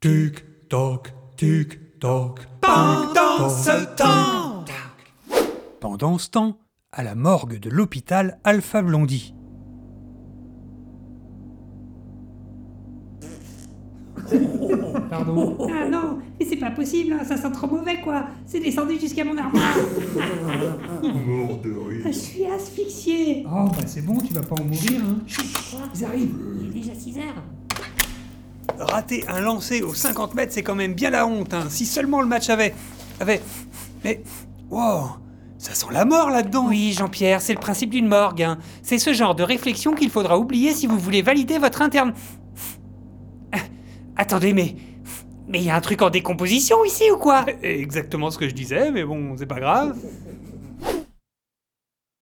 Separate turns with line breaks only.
Tic toc, tic toc.
Pendant ce temps
Pendant ce temps, à la morgue de l'hôpital Alpha Blondie.
Pardon
Ah non, mais c'est pas possible, hein, ça sent trop mauvais quoi. C'est descendu jusqu'à mon armoire.
Mort de rire.
Je suis asphyxié.
Oh, bah c'est bon, tu vas pas en mourir, hein.
Ils arrivent. Il est déjà 6 heures.
Rater un lancer aux 50 mètres, c'est quand même bien la honte, hein. Si seulement le match avait. avait. Mais. Wow Ça sent la mort là-dedans
Oui, Jean-Pierre, c'est le principe d'une morgue. hein. C'est ce genre de réflexion qu'il faudra oublier si vous voulez valider votre interne. Ah, Attendez, mais. Mais il y a un truc en décomposition ici ou quoi
Eh, Exactement ce que je disais, mais bon, c'est pas grave.